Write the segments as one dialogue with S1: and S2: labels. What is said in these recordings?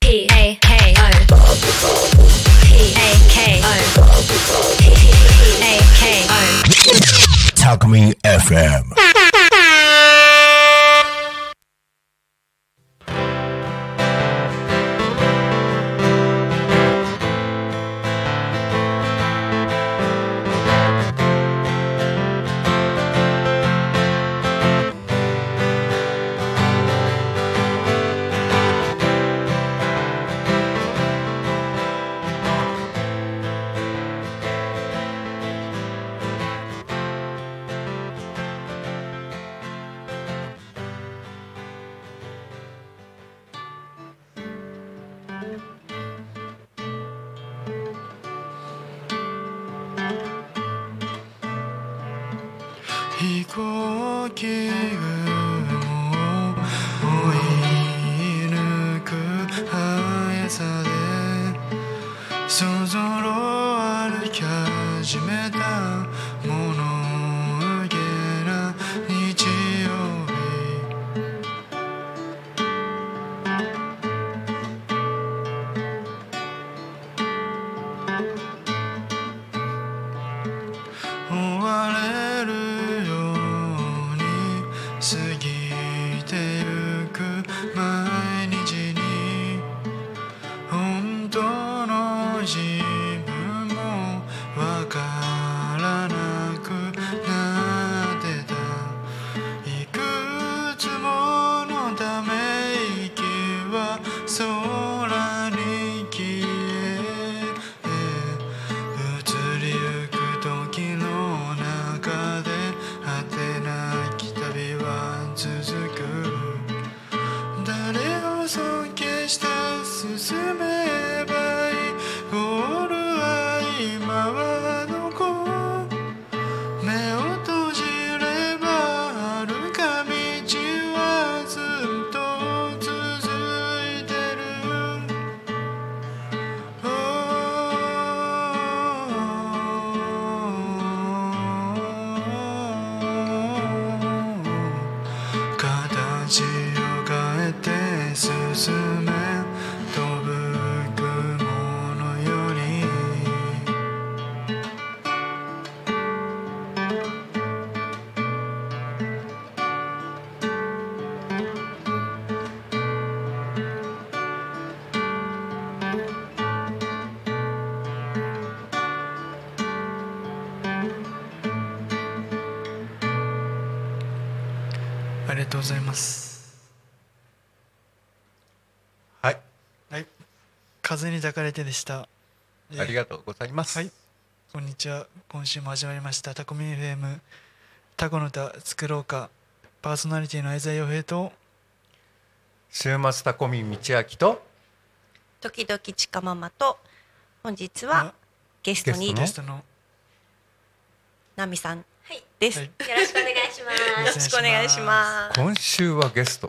S1: P A K O P A K O P A K O
S2: Talk Me FM.
S3: 飛行機雲を追い抜く速さでそぞろ歩き始めた物憂げな日曜日追われるように過ぎてゆく毎日に本当の自分もわからなくなってたいくつものため息は空に消え移りゆく時の中で果てなき旅は続く誰を尊敬して進めばいいゴールは今はどこ目を閉じればはるか道はずっと続いてる Oh 形を変えて進め飛ぶ雲のようにありがとうございます
S4: はい、
S3: はい風に抱かれてでした
S4: ありがとうございます。
S3: はいこんにちは今週も始まりましたタコミ FM タコの歌作ろうかパーソナリティの相沢洋平と
S4: 週末タコミン道明と
S5: 時々ちかママと本日はゲストに
S3: ゲストの
S5: ナミさん
S1: はい
S5: です、
S3: はい
S1: よろしくお願いします
S5: よろしくお願いします
S4: 今週はゲスト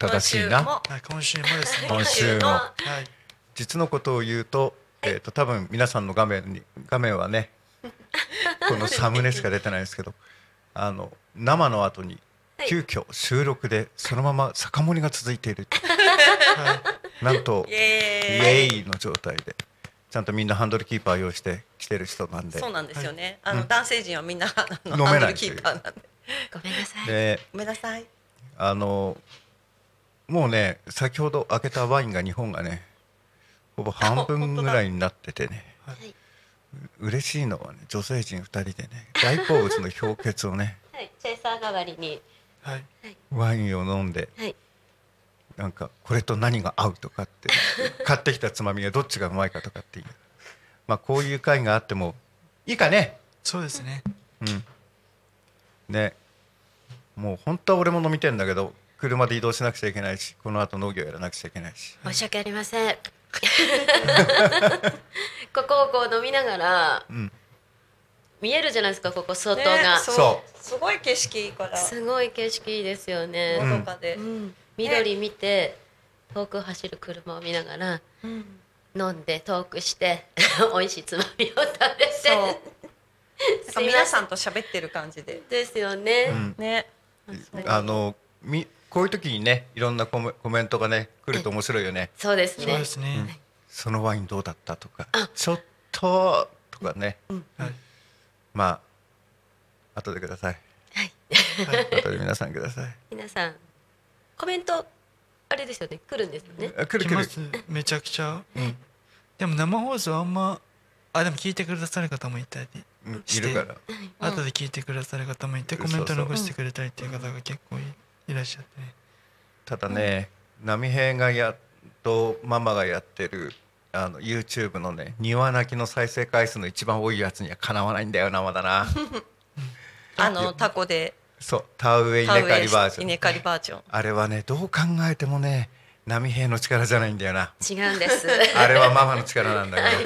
S4: 正しいな。
S5: 今週も
S3: はい今週も ですね
S4: 今週も
S5: は
S3: はい
S4: 実のことを言うと、えっ、と多分皆さんの画面に画面は ね、このサムネしか出てないんですけど、あの生の後に
S1: はい
S4: 急遽収録でそのまま酒盛りが続いてい る。
S3: はい
S4: なんと
S5: イ
S4: イエ
S5: エーイ
S4: ーイの状態で、ちゃんとみんなハンドルキーパー用意して来てる人なんで
S5: そう、なんですよね、あ
S4: う
S5: の
S4: ん
S5: 男性陣はみんなあの
S4: 飲めない
S5: ハンドルキーパーなんで
S1: ごめんなさい
S4: で
S5: ごめんなさい
S4: あのもうね先ほど開けたワインが日本がねほぼ半分ぐらいになってて ね
S3: はい
S4: 嬉しいのはね女性陣2人で ね大好物の氷結をね
S1: はいチェイサー代わりに
S3: はい
S4: ワインを飲んで
S1: はい
S4: なんかこれと何が合うとかって買ってきたつまみがどっちがうまいかとかっていうまあこういう会があってもいいかね
S3: そうですね
S4: うんねもう本当は俺も飲みてんだけど車で移動しなくちゃいけないしこの後農業やらなくちゃいけないし
S1: 申し訳ありません ここをこう飲みながら
S4: うん
S1: 見えるじゃないですかここ外が、
S5: ねそう
S4: そ
S5: すごい景色いいから
S1: すごい景色いいですよ
S4: う
S1: ね、
S4: ん
S5: のどかで
S1: う、ん緑見て遠く走る車を見ながら
S5: うん
S1: 飲んでトークして 美味しいつまみを食べて
S5: そうなんか
S1: すいません
S5: 皆さんと喋ってる感じで
S1: ですよね、
S4: うん
S5: ね
S4: あのみこういう時にねいろんなコメコメントがね来ると面白いよね
S6: そうです
S3: そう
S6: ね
S3: ですね、
S4: そのワインどうだったとかちょっととかね、
S3: はい
S4: まあ後でください
S3: はい
S4: 後で皆さんください
S6: 皆さんコメントあれですよね来るんですよね
S4: あ来る
S3: 来
S4: 来
S3: ま
S4: る
S3: すめちゃくちゃ、
S4: ん
S3: でも生放送あんまあでも聞いてくださる方もいたり、
S4: うん
S3: し
S4: い
S3: て
S4: るから
S3: 後で聞いてくださる方もいて
S4: うん
S3: コメン
S4: そ
S3: ト
S4: うそう
S3: 残してくれたりっていう方が結構いいらっしゃってね
S4: ただね、波平がやっとママがやってるあの YouTube のね庭泣きの再生回数の一番多いやつにはかなわないんだよなまだな
S5: あのタコで
S4: そう田植え稲刈りバージョン
S5: 稲刈りバージョン
S4: あれはねどう考えてもね波平の力じゃないんだよな
S6: 違うんです
S4: あれはママの力なんだ
S6: い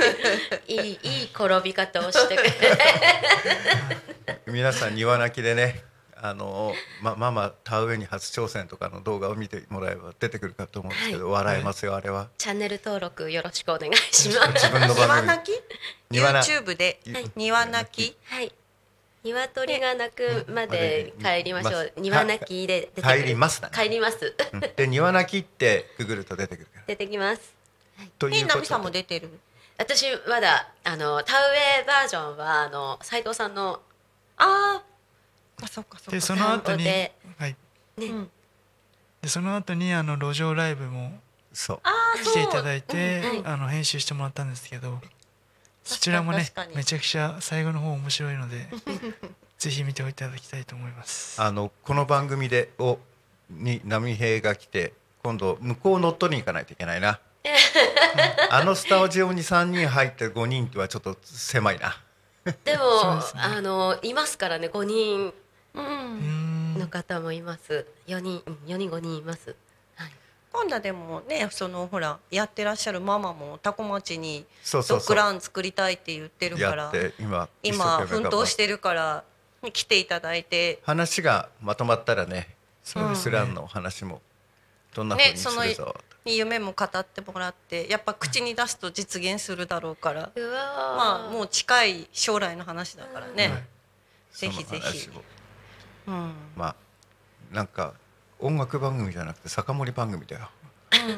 S6: いいい転び方をしてくれ
S4: けど皆さん庭泣きでねあの、ま、ママ田植えに初挑戦とかの動画を見てもらえば出てくるかと思うんですけど、笑えますよあれは
S6: チャンネル登録よろしくお願いします
S4: 自分の
S5: 庭
S4: 番組
S5: 泣き
S4: 庭な
S5: YouTube で
S4: はい
S5: 庭泣き
S6: はい鶏が鳴くまで帰りましょう
S4: うん
S6: 庭泣きで出てくる
S4: 帰りますだね
S6: 帰ります
S4: うんで庭泣きってググると出てくるから
S6: 出てきます
S4: とい
S5: え
S4: うこと
S5: ナ
S4: で
S5: ミさんも出てる
S6: 私まだあの田植えバージョンはあの斉藤さんの
S5: あーあそっかそっか
S3: でその後に、
S6: 散歩
S3: は
S6: で
S3: い、
S5: うん
S3: でその後にあの路上ライブも
S4: そう
S3: 来ていただいて
S6: そううんはい
S3: あの編集してもらったんですけどそちらもね
S5: 確かに
S3: めちゃくちゃ最後の方面白いのでぜひ見ていただきたいと思います。
S4: あのこの番組でをに波平が来て今度向こう乗っ取りに行かないといけないなあのスタジオに3人入って5人ってはちょっと狭いな
S6: でも
S3: そうですね
S6: あのいますからね5人
S5: うん
S3: うーん
S6: の方もいます4人うん4人5人います
S5: 今度でもねそのほらやってらっしゃるママもタコ町に
S4: そうそ
S5: ド
S4: う
S5: ッグ
S4: そう
S5: ラン作りたいって言ってるか
S4: や
S5: ら
S4: って今
S5: 今
S4: 一生懸
S5: 奮
S4: 命頑張っ
S5: 闘してるから来ていただいて
S4: 話がまとまったらねそ
S5: うん
S4: のスランの話もどんなふう
S5: ね
S4: にす
S5: その
S4: るぞ、
S5: 夢も語ってもらってやっぱ口に出すと実現するだろうから
S6: うわ
S5: まあも
S6: う
S5: う近い将来の話だからね、
S4: そ
S5: ぜ
S4: の
S5: ひぜ
S4: 話
S5: ひ
S4: を、
S5: うん
S4: まあなんか音楽番組じゃなくて酒盛り番組だよ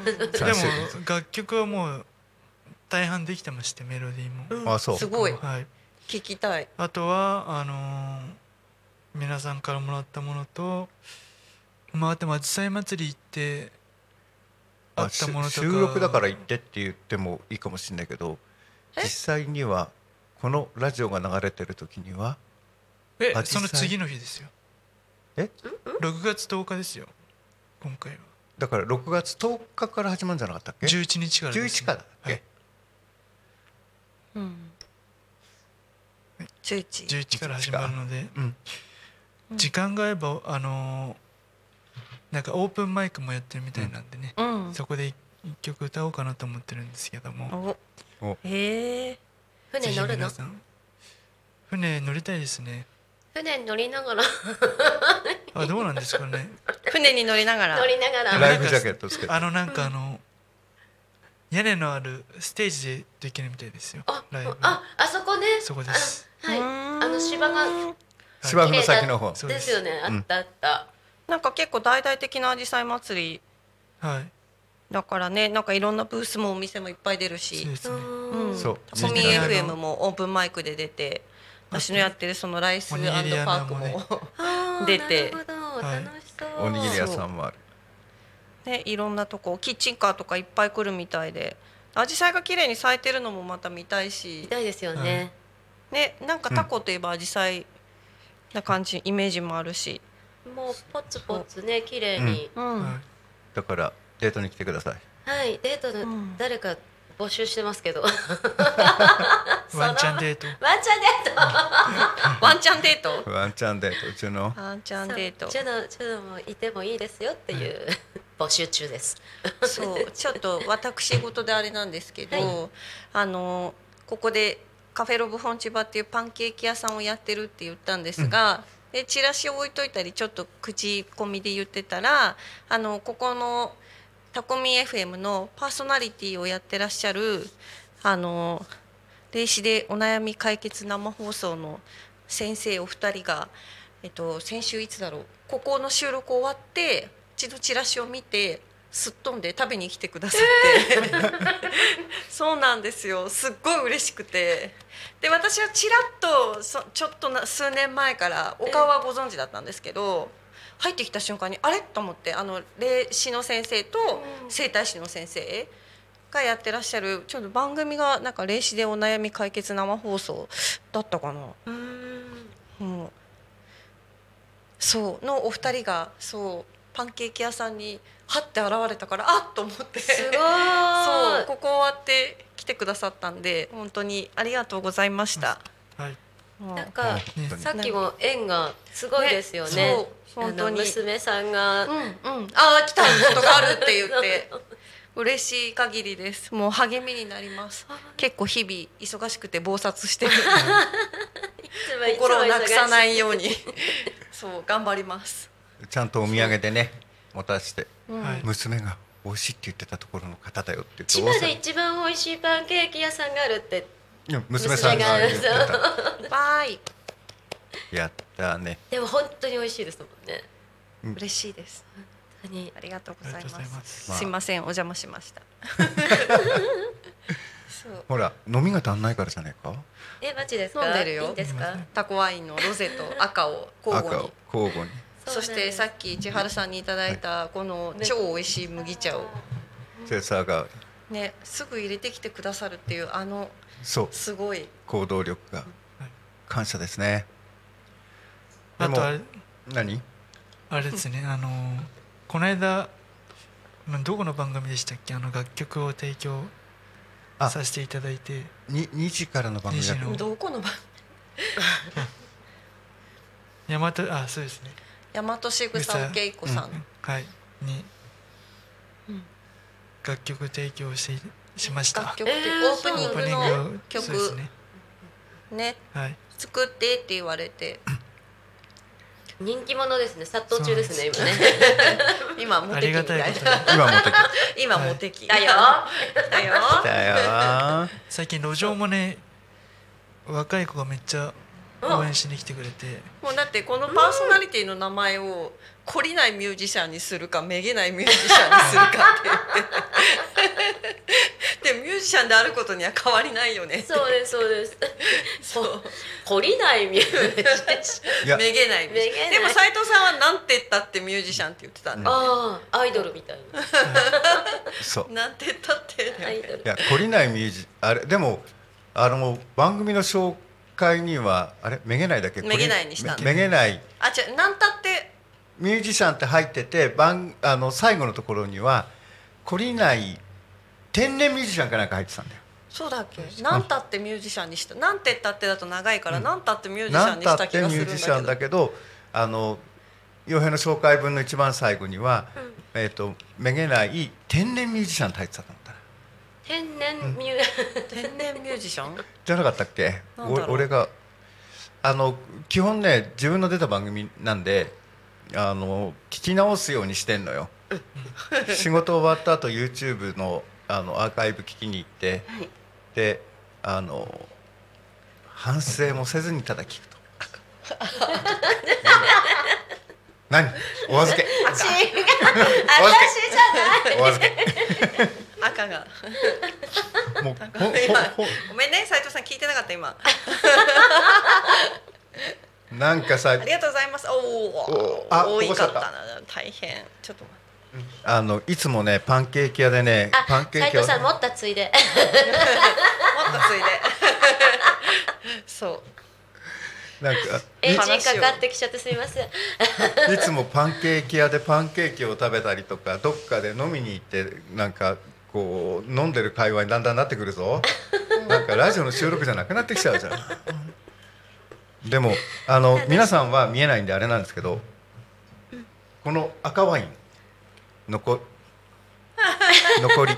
S3: で
S4: 最
S3: も
S4: 終的に
S3: 楽曲はもう大半できてましてメロディーも。
S5: うん
S4: あそう
S5: すごい
S3: はい、
S5: 聞きたい
S3: あとはあのー皆さんからもらったものと、まあ、あともあじさい祭り行ってあ
S4: あ
S3: っ
S4: した
S3: ものとか
S4: 収録だから行ってって言ってもいいかもしれないけど実際にはこのラジオが流れてる時には
S3: え
S4: 紫陽花
S3: その次の日ですよ
S4: え
S3: 6月10日ですよ今回は
S4: だから6月10日から始まるんじゃなかったっけ
S3: 11日からです、
S4: 11からだっけ、
S3: はい
S5: 中一
S3: 11から始まるので、
S4: うん
S3: 時間が合えばあのーなんかオープンマイクもやってるみたいなんでね、
S5: うん
S3: そこで一曲歌おうかなと思ってるんですけども
S5: お
S4: お
S5: へえ
S6: 船乗るの
S3: ぜひ皆さん船乗りたいですね
S6: 船乗りながら
S3: あどうなんですかね
S5: 船に乗りながら
S6: 乗りながら
S4: ライフジャケットつけて
S3: あのなんかあの屋根のあるステージでできるみたいですよ
S6: あ
S3: ライブ
S6: ああそこね
S3: そこです
S6: あはい
S5: うん
S6: あの芝が
S4: 芝生の先の方
S3: 綺麗だそうで
S6: ですすよねあ
S4: うん
S6: ったあった
S5: なんか結構大々的なアジサイ祭り
S3: はい
S5: だからねなんかいろんなブースもお店もいっぱい出るし
S3: そうですね
S6: うん
S4: そう
S5: タコミン
S3: みんなあの
S5: FM もオープンマイクで出て私のやってるそのライスパ
S3: おにぎり屋
S5: ー
S3: さ
S5: ク
S3: んも
S5: も
S3: ね
S6: あー
S5: 出て
S6: なるほど
S3: はい
S6: 楽しそう
S4: おにぎり屋さんもある
S5: ねいろんなとこキッチンカーとかいっぱい来るみたいで紫陽花が綺麗に咲いてるのもまた見たいし
S6: 見たいですよね
S5: ねなんかタコといえば紫陽花な感じイメージもあるし、
S6: もうポツポツね綺麗に
S5: うん
S3: はい
S4: だからデートに来てください
S6: はいデートの
S5: うん
S6: 誰か募集してますけどワンチ
S3: ワンチャンデート
S6: ャンデート
S5: ワンチャンデート
S4: ワンチャンデートうちの
S5: ワンチャンデート
S6: ちょっとちょっともういてもいいですよっていう募集中です
S5: そうちょっと私事であれなんですけど、あのここでカフェロブフォンチバっていうパンケーキ屋さんをやってるって言ったんですが、でチラシを置いといたりちょっと口コミで言ってたらあのここのタコミ FM のパーソナリティをやってらっしゃるあの霊視でお悩み解決生放送の先生お二人が、えっと、先週いつだろうここの収録終わってちのチラシを見てすっ飛んで食べに来てくださって、そうなんですよすっごい嬉しくてで私はちらっとそちょっとな数年前からお顔はご存知だったんですけど、入ってきた瞬間にあれと思ってあの霊視の先生と整体師の先生がやってらっしゃるちょっと番組がなんか霊視でお悩み解決生放送だったかな。うんそうのお二人がそうパンケーキ屋さんにはって現れたからあっと思って
S6: すごい。
S5: そうここ終わって来てくださったんで本当にありがとうございました。
S3: はい
S5: もう
S6: なんか
S3: ね
S6: さっきも縁がすごいですよね。
S5: そう本当に
S6: あの娘さんが、。
S5: うんうんああ来たことがあるって言って 嬉しい限りですもう励みになります結構日々忙しくて忙殺してる心をなくさないいようにそう頑張ります、
S4: ちゃんとお土産でね持たせて
S5: うん
S3: はい
S4: 娘が美味しいって言ってたところの方だよって
S6: 千
S4: 言って
S6: 葉で一番美味しいパンケーキ屋さんがあるって。
S4: いや娘さんが言って
S6: 娘が
S4: た
S5: バイ
S4: やったね
S6: でも本当に美味しいですもんね。
S5: 嬉しいです
S6: 本当に
S5: ありがとうございます
S3: ありがとうございますす
S4: まあ
S5: いませんお邪魔しました そう
S4: ほら飲みが足んないからじゃないか
S6: えマジですか。
S5: 飲んでるよ
S6: いいんですか。
S5: タコワインのロゼと赤を交
S4: 赤
S5: 互
S4: を
S5: に
S4: 交互に
S5: そしてさっき千春さんにいただいたこの超美味しい麦茶を
S4: チェーサーが
S5: ねすぐ入れてきてくださるっていうあの
S4: そう
S5: すごい
S4: 行動力が感謝ですねで
S3: あ
S4: も
S3: とあれ
S4: 何
S3: あれですねあのーこの間まあどこの番組でしたっけあの楽曲を提供
S4: あ
S3: させていただいて
S4: に2時からの番組だ
S3: 二時の
S5: どこの番
S3: 大和あそうですね
S5: 大和しぐさけいこさん、
S3: はいに、
S5: うん
S3: 楽曲提供してしました
S5: 楽曲って
S6: えー
S5: オープニ
S3: オープニ
S5: ング
S3: ン
S5: の
S3: グ
S5: 曲
S3: そうですね
S5: ね
S3: はい
S5: 作ってって言われて
S6: 人気者ですね。殺到中ですね今ね。
S5: 今モ
S3: あ
S5: テ
S3: り
S5: キみ
S3: がた
S5: た
S3: い
S5: い
S3: ことに
S5: な
S4: 今持ってき
S5: 今モテキ
S6: だよ。
S5: だよ
S4: たよー
S3: 最近路上もね若い子がめっちゃ応援しに来てくれて
S5: もうだってこのパーソナリティの名前を懲りないミュージシャンにするかめげないミュージシャンにするかって言って でミュージシャンであることには変わりないよね
S6: そうですそうです。
S5: そう
S6: 懲りないミュージシャン。
S4: いや
S5: めげないミュージシャン
S6: めげない
S5: でも斉藤さんはなんて言ったってミュージシャンって言ってたんだよね
S6: ああアイドルみたいな。
S4: そう
S5: なんて言ったってだ
S6: アイ
S5: よ
S6: ド
S5: ね
S6: ル
S4: い。や懲りないミュージあれでもあの番組の紹介にはあれめげないだっけ
S5: めげないにした
S4: めめげない
S5: あ違うなんたって
S4: ミュージシャンって入ってて番あの最後のところには懲りない天然ミュージシャンかなんか入ってたんだよ
S5: そうだっけなんたってミュージシャンにしたなんて言ったってだと長いから、
S4: うん
S5: なんたってミュージシャ
S4: な
S5: ン
S4: ん
S5: に
S4: た
S5: し
S4: った
S5: 気
S4: て
S5: が
S4: ミ
S5: す
S4: ュー
S5: るんだ
S4: ジ
S5: け
S4: シャン
S5: ど
S4: だけどあの洋平の紹介文の一番最後には、えっ、とめげない天然ミュージシャンって入ってたと思ったな
S6: 天 然ミュー。
S5: 天然ミュージシャン
S4: じゃなかったっけ
S5: なんだろう
S4: お俺があの基本ね自分の出た番組なんであの聞き直すようにしてんのよ仕事終わった後 YouTube のあのアーカイブ聞きに行って、
S6: はい
S4: であの反省もせずにただ聞く と何お預け
S6: 違う。私じゃない。
S4: お預け
S5: 赤が
S4: もうほんほんほん
S5: 今ごめんね斉藤さん聞いてなかった今あ
S4: なんかさ
S5: りがとうございますお
S4: お
S5: お
S4: ーあ
S5: 多いかった
S4: こぼしち
S5: な
S4: ゃ
S5: 大変ちょっと待って
S4: あのいつもねパンケーキ屋でねパン
S6: あ、
S4: ケー
S6: 斉
S4: キ屋
S6: 藤さん持ったつい で。
S5: もっとついで そう
S4: なんか
S6: エンジンかかってきちゃってすみません。
S4: いつもパンケーキ屋でパンケーキを食べたりとかどっかで飲みに行ってなんかこう飲んでる会話にだんだんなってくる ぞなんかラジオの収録じゃなくなってきちゃうじゃんでもあの皆さんは見えないんであれなんですけどこの赤ワイン 残残り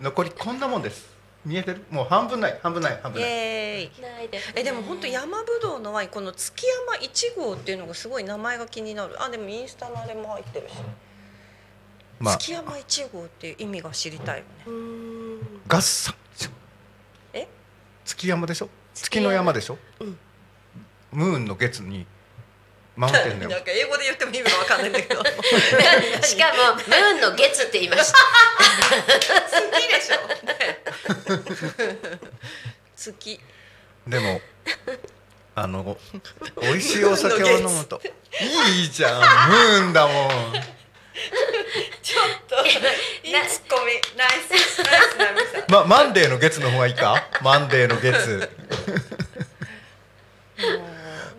S4: 残りこんなもんです見えてるもう半分ない半分ない半
S5: イ
S4: 分ない
S5: エーイ
S6: ないです、
S5: えでも本当山ぶどうのワインこの月山一号っていうのがすごい名前が気になるあでもインスタのあれも入ってるし、
S4: まあ
S5: 月山一号っていう意味が知りたいよね
S6: うーん。
S4: ガッサンでしょ
S5: え
S4: 月山でしょ
S6: 月
S4: 月
S6: 山
S4: の山でしょ、
S6: うん
S4: ムーンの月にマウンテンだ
S5: なん
S4: よ
S5: か英語で言っても意味がわかんないんだけど 好
S6: しかもムーンの月って言いました
S5: きでしょ、ね、 好き
S4: で もあの美味しいお酒を飲む といいじゃんムーンだもん
S5: ちょっといいツッコミナイスナイスなみさん
S4: まマンデーの月の方がいいかマンデーの 月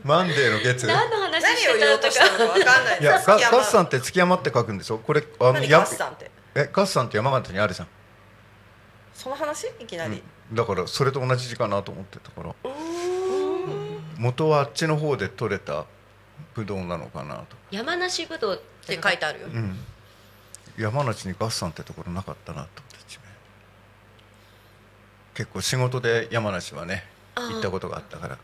S4: マンデーの月
S6: 何の話し
S5: 何を
S6: て
S5: 言
S6: た
S5: おうんと
S6: だ
S5: した
S6: か
S5: のかわかんない
S4: いやガガッサ
S5: ん
S4: ンって月山って書くんでしょこれあの
S5: 何
S4: や
S5: ガッサンって
S4: えガッサンって山形にあるじゃん
S5: その話いきなり、
S4: だからそれと同じ字かなと思ってたから元はあっちの方で取れたブドウなのかなと、
S6: 山梨ぶどうっ
S5: って
S6: て
S5: 書
S6: 書
S5: い
S6: い
S5: て
S6: て
S5: あるよ、
S4: うん、山梨にガッサンってところなかったなと思って地名結構仕事で山梨はね
S6: あー
S4: 行ったことがあったから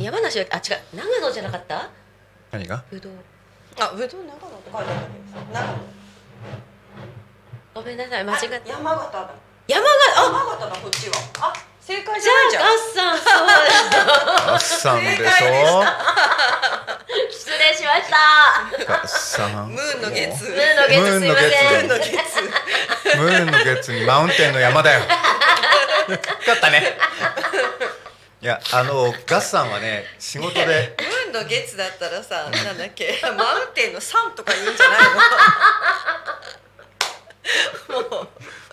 S6: 山梨はあ違う長野じゃなかった
S4: 何が
S6: ぶどう
S5: あぶどう長野って書いてあるんです長野
S6: ごめんなさい間違った山が
S5: 山形だ
S6: あ
S5: 山形だこっちはあ正解じ
S6: じ
S5: ゃないじ
S6: ゃ
S5: ゃ
S6: あガッサ
S5: ん
S6: ンそうだ
S4: ガッサンでしょ
S5: 正解でし
S6: 失礼しました
S4: ガッサン
S5: ムーンの月
S6: ムーンの月すいません
S4: ムーンの
S5: 月
S4: ムーンの月にマウンテンの山だよ。勝ったね。いやあのガッサンはね仕事で
S5: ムーンの月だったらさなんだっけマウンテンのサンとか言うんじゃないのもう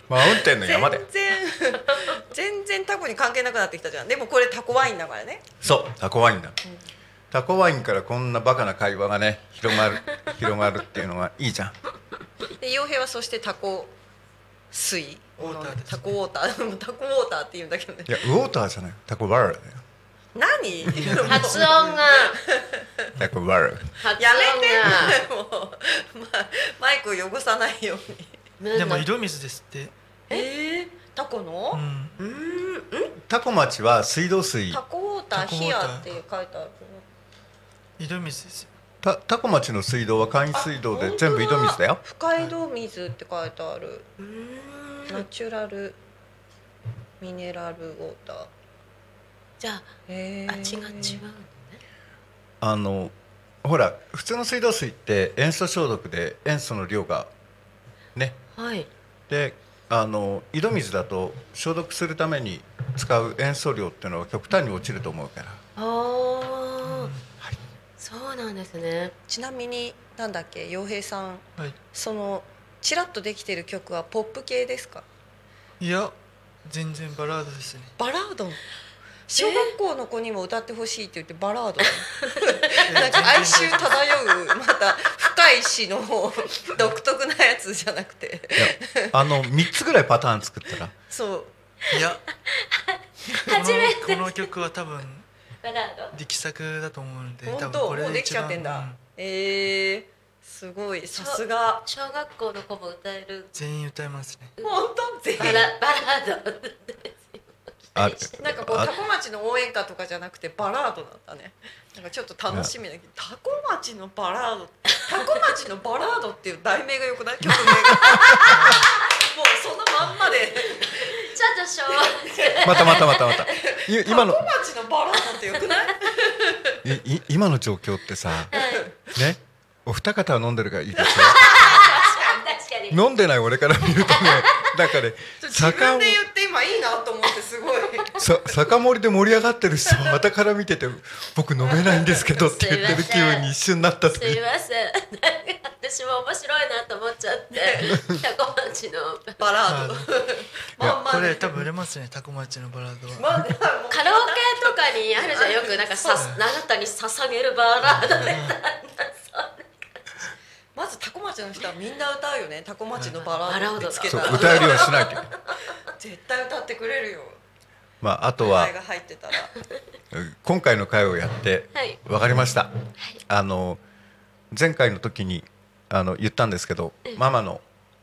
S4: マウンテンの
S5: 全
S4: 山で
S5: 然全然タコに関係なくなってきたじゃんでもこれタコワインだからね
S4: そうタコワインだ、タコワインからこんなバカな会話がね広まる 広まるっていうのはいいじゃん
S5: で洋平はそしてタコ水を飲んでタコウォーター タコウォーターって言うんだけどね
S4: いやウォーターじゃないタコワールだよ
S5: 何
S6: 発音が
S4: タコワール
S6: 発音が
S5: やめてもう、まあ、マイクを汚さないように
S6: ム
S3: で
S6: ーン
S3: も
S6: の
S3: 井戸水ですって、
S5: えー、タコの、
S3: うん、
S4: タコ町は水道水
S5: タコウォーター
S3: タコウォ
S5: ヒ
S3: ーター
S5: アって書いてある
S3: 井戸水ですよ
S4: たタコ町の水道は簡易水道で全部井戸水だよ
S5: 深井戸水って書いてあるナチュラルミネラルウォーター
S6: じゃあ
S5: え
S6: 味が違う
S4: あのほら普通の水道水って塩素消毒で塩素の量がね
S6: はい
S4: であの井戸水だと消毒するために使う塩素量っていうのは極端に落ちると思うから
S6: あー、そうなんですね
S5: ちなみになんだっけ洋平さん
S3: はい
S5: そのチラッとできてる曲はポップ系ですか
S3: いや全然バラードです ね
S5: バラード小学校の子にも歌ってほしいって言ってバ ラードなんか哀愁漂うまた深い詩の独特なやつじゃなくて
S4: いやあの3つぐらいパターン作ったら
S5: そう
S3: いや
S6: 初めて
S3: このこの曲は多分
S6: バラード
S3: 力作だと思うので多
S5: 本
S3: 分
S5: 当
S3: これ
S5: もう
S3: で
S5: でき
S3: 一
S5: ちゃ
S3: 番
S5: ってんだ、
S3: うん
S5: えー、すごいさすが
S6: 小学校の子も歌え る
S3: 全員歌えますね
S5: 本当ぜ
S6: バラバラード
S4: ある
S5: なんかこう
S4: あ
S5: タコ町の応援歌とかじゃなくてバラードだったねなんかちょっと楽しみだけどタコ町のバラードタコ町のバラードっていう題名がよくない 曲名がもうそのまんまで
S6: ちょっと昭和
S4: またまたまたまたい今の
S5: タコ町のバラードってよくない
S4: いい今の状況ってさねお二方は飲んでるからいいですよ
S6: 確かに
S4: 飲んでない俺から見るとねなんかね
S5: 自分
S4: を
S5: で言って今いいなと思ってすごい
S4: さ酒盛りで盛り上がってる人はまたから見てて僕飲めないんですけどって言ってる気分に一瞬なっ た
S6: す
S4: 時
S6: いませんなんか私も面白いなと思っちゃ ってタコ町の
S5: バラード
S4: や
S5: まんま
S3: こ
S5: で
S3: れ多分売れますねタコ町のバラードは
S5: まあでも
S6: カラオケとかにあるじゃんよくなんかさあなたに捧げるバラードみたいな
S5: まずタコ町の人はみんな歌うよねタコ町のバラードってつけ
S4: そ
S5: た
S4: う
S5: ら
S4: 歌えるようにしないと、
S5: 絶対歌ってくれるよ
S4: まあ、あと
S5: 名
S4: は
S5: 前が入ってたら
S4: 今回の回をやって
S6: はい
S4: 分かりました、あの前回の時にあの言ったんですけどママの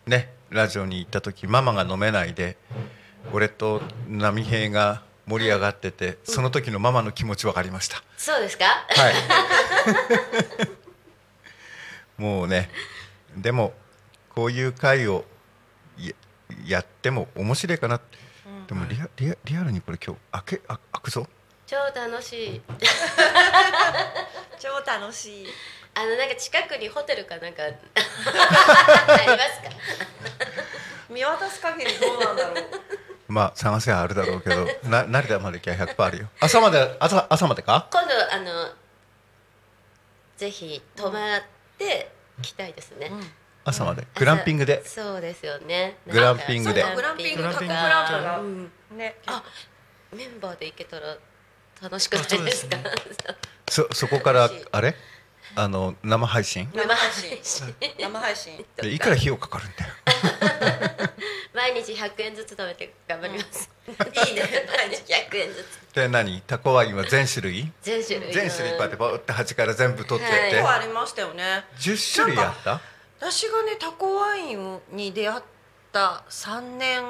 S4: ねラジオに行った時ママが飲めないで俺と波平が盛り上がっててその時のママの気持ち分かりました
S6: そうですか
S4: はい。 もうね、でもこういう会をややっても面白いかな。でもリアリアリアルにこれ今日開けあ開くぞ。
S6: 超楽しい
S5: 超楽しい
S6: あのなんか近くにホテルかなん かありますか
S5: 見渡す限りどうなんだろう
S4: まあ探せはあるだろうけどな成田まで行きゃ100%あるよ朝まで朝朝までか
S6: 今度あのぜひ泊まって来たいですね、
S4: 朝までグランピングで
S6: そうですよね
S4: グランピングで
S5: そうだグランピング
S6: と
S5: タ
S6: か
S5: コプランタが
S6: うん
S5: ね
S6: あメンバーで行けたら楽しくないですか
S3: あそう
S4: そそこからあれあの生配信
S5: 生配信
S6: 生配信
S5: 生配信
S4: でいくら費用かかるんだよ
S6: 毎日100円ずつ食べて頑張ります、
S5: いいね
S6: 毎日100円ずつ
S4: で何タコワインは全種類
S6: 全種類
S4: 全種類いっぱいでバーって端から全部取ってって、
S5: 今日ありましたよね
S4: 10種類あった
S5: 私がねタコワインに出会った3年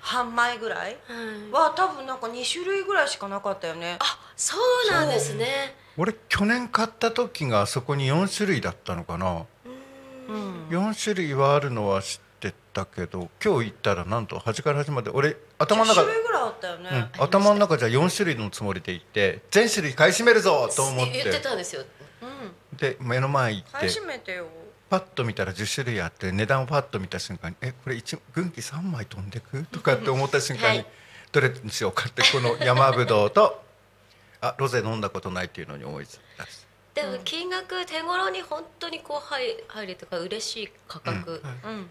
S5: 半前ぐらい
S6: はい
S5: は多分なんか2種類ぐらいしかなかったよね
S6: あそうなんですね
S4: 俺去年買った時がそこに4種類だったのかな
S5: うん
S4: 4種類はあるのは知ってたけど今日行ったらなんと端から端まで俺頭の中
S5: 10種類ぐらいあったよね、
S4: うん、頭の中じゃ4種類のつもりで行って全種類買い占めるぞと思っ
S6: 言って
S4: て
S6: たんですよ
S5: うん、
S4: で目の前行っ
S5: 買い
S4: て
S5: 占めてよ
S4: パッと見たら10種類あって値段をパッと見た瞬間に「えこれ一軍旗3枚飛んでく?」とかって思った瞬間に、
S6: はい
S4: どれにしようかってこの山ぶどうと あロゼ飲んだことないっていうのに思いついたし
S6: でも金額手頃に本当にこう入入るとか嬉しい価格、
S4: うん
S5: うん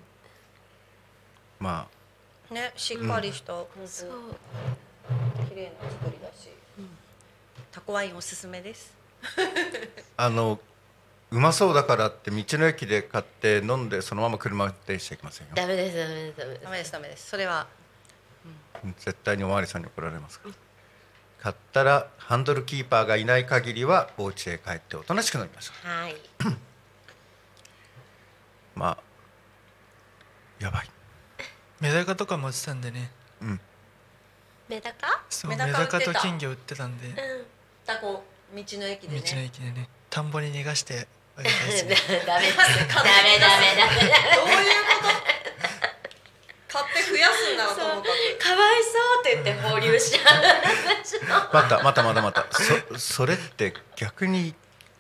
S4: ま
S5: ねしっかりした、本
S6: そう
S5: 当綺麗な作りだし、タコワインおすすめです
S4: ああのうまそうだからって道の駅で買って飲んでそのまま車運転しちゃいけませんよ
S6: ダメですダメですダメです
S5: ダメですダメですそれは
S4: 絶対におまわりさんに怒られますから買ったらハンドルキーパーがいない限りはお家へ帰っておとなしくなりましょ
S6: はい、
S4: うまあやばい
S3: メダカとかも売ってたんでね
S4: うん
S6: メダカ？
S3: そう
S5: メ
S3: メ
S5: ダ
S3: ダ
S5: カ売ってた
S3: カと金魚売ってたんで道
S5: タコ道の駅で
S3: の
S5: ね
S3: 駅でね田んぼに逃がしてあげたいです
S6: ダメダメダ
S3: ね
S6: メダメダメダメ
S5: ど ういうこと買って増やすんだろうと思っ
S6: か
S5: た
S6: わいそうって言って放流しちゃう
S4: またまたまたまたそそれって逆に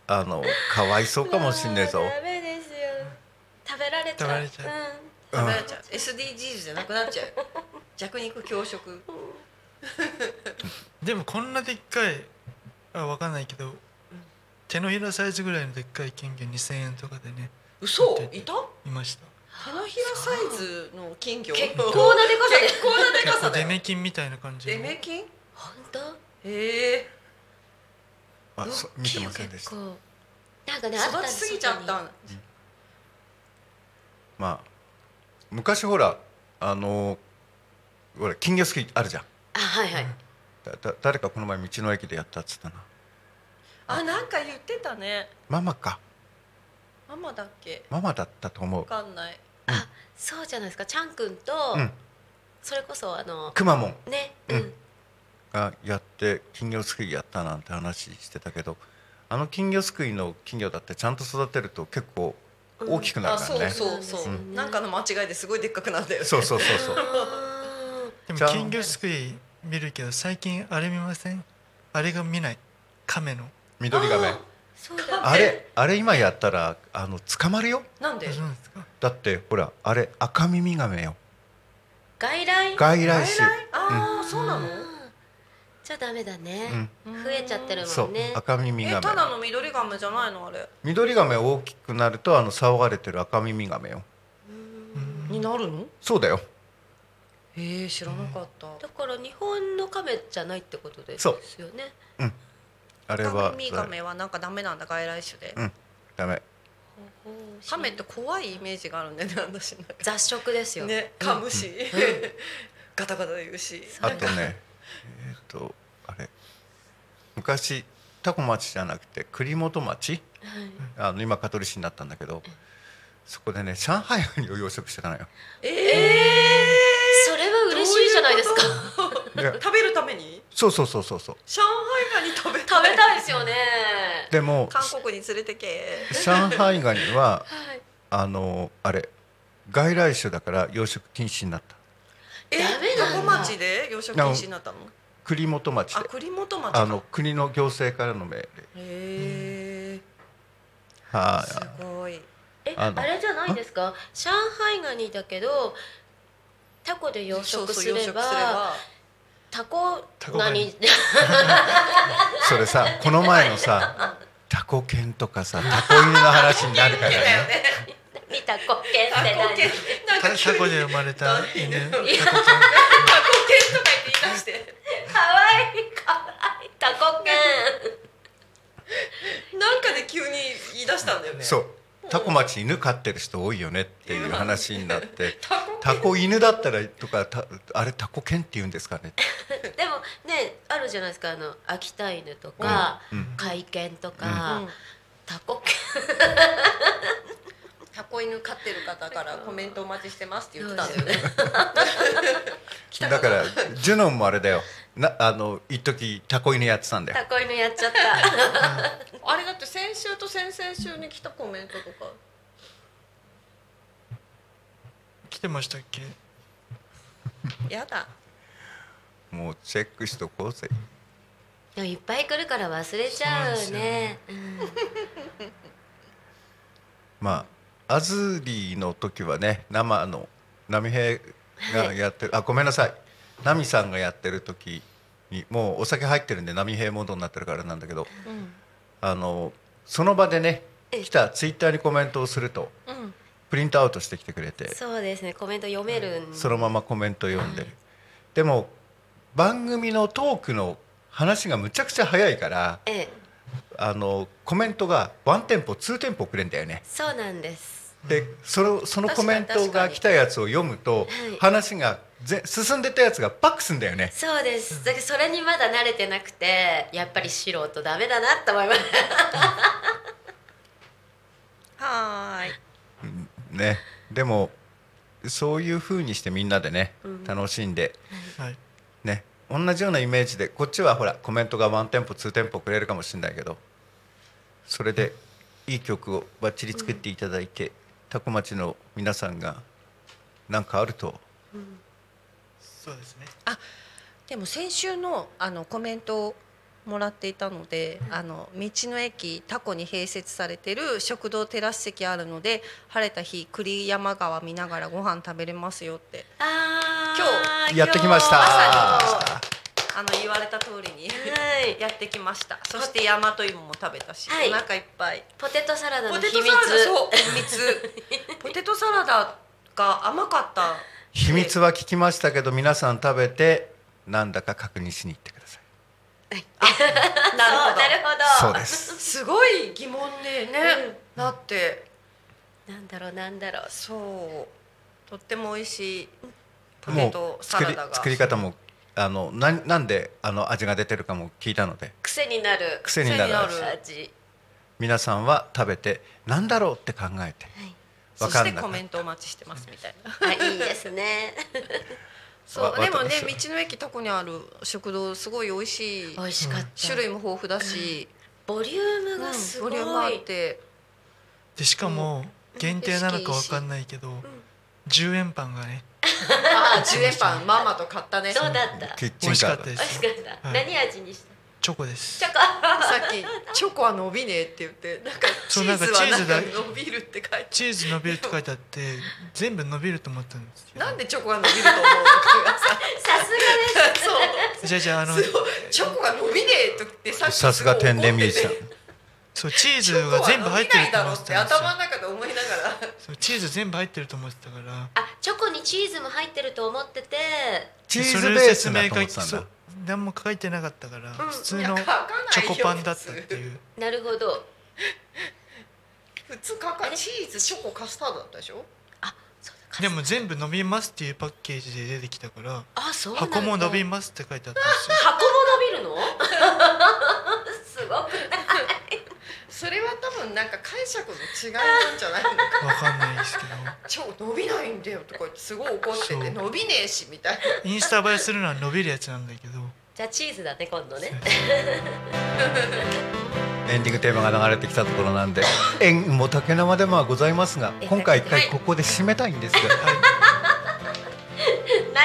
S4: あのかわいそうかもしんねえぞ
S6: もうダメですよ食べられちゃう
S3: 食べられちゃ
S6: う、
S5: 食べられちゃう SDGs じゃなくなっち ゃう弱肉強食
S3: でもこんなでっかいあわかんないけど手のひらサイズぐらいのでっかい金魚2000円とかでね
S5: 嘘いた
S3: いました
S5: 手のひらサイズの金魚
S6: 結構なでかさで
S5: 結構なでか
S3: 結
S5: さ
S3: 構
S5: だ
S3: デ
S5: よ
S3: メキンみたいな感じ
S5: デ
S3: の
S5: メキン
S6: 本当
S5: へえ
S4: あそ見てませんでし
S6: 結
S4: た
S6: 構なんかねあっ
S5: 育
S6: たん
S5: ち
S6: です
S5: すぎちゃったん
S4: まあ昔ほらあのほら金魚すきあるじゃん
S6: あはいはい、
S4: だだ誰かこの前道の駅でやったっつったな
S5: あなんか言ってたね
S4: ママか
S5: ママだっけ
S4: ママだったと思う
S5: わかんない
S6: あそうじゃないですかちゃんくんと、
S4: うん
S6: それこそあの
S4: くまモン
S6: ね
S4: う
S6: うんん、
S4: がやって金魚すくいやったなんて話してたけどあの金魚すくいの金魚だってちゃんと育てると結構大きくな
S5: あ
S4: るから
S5: そう
S4: ね、
S5: そうそう
S6: うん
S5: なんかの間違いですごいでっかくなったよね
S4: そうそうそうそう
S6: あ
S3: でも
S4: じゃあ
S3: 金魚すくい見るけど最近あれ見ませんあれが見ない亀の
S4: 緑亀
S6: あーそうだ
S4: あれあれ今やったらあの捕まるよ
S5: なんで
S3: あそうなんですか
S4: だってほらあれ赤耳亀よ
S6: 外来
S4: 外来種
S5: ああそうなの
S6: あーじゃあダメだ
S4: う
S6: ね
S4: ん、
S6: 増えちゃってる
S4: そ
S6: も
S4: うん
S6: ね
S4: 赤耳
S5: え
S4: 亀
S5: ただの緑ガムじゃないのあれ
S4: 緑亀大きくなるとあの騒がれてる赤耳亀よ
S5: になるの
S4: そうだよ
S5: えー、知らなかった
S6: だから日本の亀じゃないってことです
S4: そう
S6: よね
S4: あれ
S5: カ
S4: は
S5: メガメはなんかダメなんだ外来種で、
S4: うんダメ
S5: カメって怖いイメージがあるんだよね私なんか
S6: 雑食ですよ、
S5: ね噛むし、 ガタガタ言うし
S4: あとねえっ、とあれ昔タコ町じゃなくて栗本町あの今香取市になったんだけどそこでね上海ガニを養殖してたのよ
S5: え
S6: それは嬉しいじゃないですか
S5: どういうこと
S4: で
S5: 食べるために
S4: そうそうそうそうそう
S5: 上海ガニ食べた
S6: 食
S5: い
S6: べたいですよね
S4: でも
S5: 韓国に連れてけ
S4: 上海ガニは
S6: はい
S4: あのあれ外来種だから養殖禁止になった
S5: え
S6: ダメなんだ
S5: どこ町で養殖禁止になったの
S4: 栗本町
S5: あ
S4: で
S5: 栗本町か
S4: あの国の行政からの命令
S5: へ
S4: は
S5: すごい
S6: え
S4: あ
S6: あ
S4: の
S6: れじゃないですか上海ガニだけどタコで養
S5: そう
S6: 殖
S5: そう
S6: す
S5: 養殖
S6: ればタコ
S3: タコガ
S6: ガ
S3: ニ
S6: ニ
S4: いそれさこの前の さタコ犬とかさタコ犬の話になるからね
S6: 見たコケンって何
S3: タタコで生まれた犬
S5: とか言って言い出して
S6: かわいいかわいいタコケン
S5: なんかで急に言い出したんだよね
S4: そうタコ町犬飼ってる人多いよねっていう話になって
S5: タコ
S4: タコ犬だったらとかたあれタコ犬って言うんですかね
S6: でもねあるじゃないですかあの秋田犬とか
S4: うんうん
S6: 海犬とか、
S5: うん
S6: タコケ
S5: タコ犬飼ってる方からコメントお待ちしてますって
S6: ン
S5: 言っ
S6: どう
S5: て
S6: で
S5: たん
S6: す
S5: だ
S6: よ
S5: よね
S6: ね
S4: だからジュノンもあれだよなあの一時タコ犬やってたんだよ
S6: タコ犬やっちゃった
S5: あれだって先週と先々週に来たコメントとか
S3: 来てましたっけ
S5: やだ
S4: もうチェックしとこうぜ
S6: でもいっぱい来るから忘れちゃうね
S4: まあアズリーの時はね生の波平がやってる、あごめんなさいナミさんがやってる時にもうお酒入ってるんで波平モードになってるからなんだけど
S5: うん
S4: あのその場でね来たツイッターにコメントをすると
S5: うん
S4: プリントアウトしてきてくれて
S6: そうですねコメント読めるんで
S4: そのままコメント読んで、でも番組のトークの話がむちゃくちゃ早いから
S6: ええ
S4: あのコメントがワンテンポツーテンポくれんだよね。
S6: そうなんです
S4: でそのそのコメントが来たやつを読むと
S6: はい
S4: 話がぜ進んでたやつがパックすんだよね。
S6: そうですだからそれにまだ慣れてなくてやっぱり素人ダメだなと思います
S5: はーい
S4: ねでもそういうふうにしてみんなでね楽しんで
S3: はい
S4: ね同じようなイメージでこっちはほらコメントがワンテンポツーテンポくれるかもしれないけどそれでいい曲をバッチリ作っていただいてタコ町の皆さんが何かあると
S3: そうですね
S5: でも先週のあのコメントをもらっていたので、あの道の駅タコに併設されてる食堂テラス席あるので晴れた日栗山川見ながらご飯食べれますよって
S6: あー
S4: やってきました。
S5: 朝あの言われた通りに
S6: 今日はい
S5: やってきましたそして大和芋も食べたし、
S6: はい
S5: お腹いっぱい
S6: ポテトサラダの
S5: ポ
S6: 秘
S5: テ
S6: 密
S5: トサラダそう 秘密ポテトサラダが甘かった
S4: 秘密は聞きましたけど皆さん食べてなんだか確認しに行ってください
S6: そうなる
S5: なるほど
S6: ほ
S4: そ
S6: ど
S4: うです
S5: すごい疑問でね、なって
S6: なんだろうなんだろう
S5: そうとっても美味しいポテ
S4: も
S5: ト
S4: う
S5: サ
S4: 作
S5: ラ
S4: り
S5: ダが
S4: 作り方もあのななんであの味が出てるかも聞いたので
S6: 癖になる
S4: 癖になる味
S5: 癖になる
S6: 味
S4: 皆さんは食べてなんだろうって考えて
S6: はい
S5: そ
S4: わ
S5: し
S4: か
S5: て
S4: んな
S5: コ
S4: かっ
S5: メントお待ちしてますみたいな
S6: あいいですね
S5: そ
S4: わ
S5: うでもね
S4: 私
S5: 道の駅タコにある食堂すごい美味しい
S6: 美味しかった
S5: 種類も豊富だし、
S6: ボリューム
S5: う
S6: が
S5: ん
S6: すご
S5: ボ
S6: い、
S5: リュームあって
S3: でしかも限定なのかわかんないけど10円パンがね
S5: ああ10円パンママと買ったね
S6: ど
S5: さ
S6: うだった
S4: キ
S6: 美
S4: ッチンカード
S3: 美味しかったで
S6: 味
S3: す
S6: しかった、
S3: はい
S6: 何味にし
S3: チョコです
S6: たチョコ
S5: っきチョコは伸びねえって言ってなんかチ
S3: そうな
S5: ー
S3: んか
S5: ズはなん
S3: チー
S5: か
S3: ズだ
S5: 伸びるって書いて
S3: チーズ伸びるって書いてあって全部伸びると思ったんですけど
S5: なんでチョコが伸びると思うの かがさ
S6: さすがです
S5: そう
S3: じゃあじゃああの
S5: すごいチョコが伸びねえとってさっき
S4: さすが天然ミュー
S5: ミ
S4: ジシャン
S3: そうチーズ
S5: チョコ
S3: が
S5: は
S3: 全部入って
S5: 伸びな
S3: ると思
S5: いだろう
S3: っ
S5: ってて
S3: たんですよ
S5: 頭の中で思いながら
S3: そうチーズ全部入ってると思ってたから
S6: あチョコにチーズも入ってると思ってて
S4: チー
S3: そ
S4: ズ
S3: れを
S4: ベース
S3: 説明
S4: だ
S3: 書
S4: と思
S3: い
S4: ってたん
S3: そ
S4: だ
S3: う何も書いてなかったから
S5: ん
S3: 普通
S5: いや
S3: の
S5: 書かないよ
S3: チョコパンだったっていう
S6: なるほど
S5: 普通かかチーズチョコカスタードだったでしょ
S6: あそうだ
S3: でも全部伸びますっていうパッケージで出てきたから
S6: あそうなんだ
S3: 箱も伸びますって書いてあったんですよ
S6: 箱も伸びるの すごく
S5: それは多分なんか解釈の違いなんじゃないの か
S3: わかんないですけ
S5: 超伸びないんだよとか言ってすごい怒って
S3: そう
S5: て伸びねえしみたいな
S3: どインスタ映えするのは伸びるやつなんだけど
S6: じゃあチーズだね今度ね
S4: エンディングテーマが流れてきたところなんで縁も竹縄でもはございますが今回一回ここで締めたいんですよ、
S6: なんか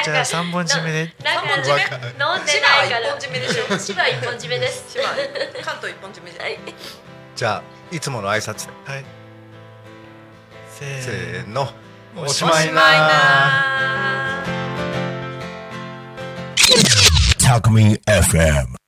S3: じゃあ三本締め で
S6: なんか
S4: 三本
S6: 飲んでない
S5: 千葉
S6: から
S5: 一本締めでし ょ
S6: 千葉一本締めです
S5: 千葉関東一本締めじゃない
S6: はい
S4: じゃあいつもの挨拶で
S3: はいせ
S4: せ
S3: ー
S4: ーの
S3: お
S4: おし
S3: し
S4: ま
S3: ま
S4: い
S3: い
S4: な
S5: なー
S2: Talk Me FM.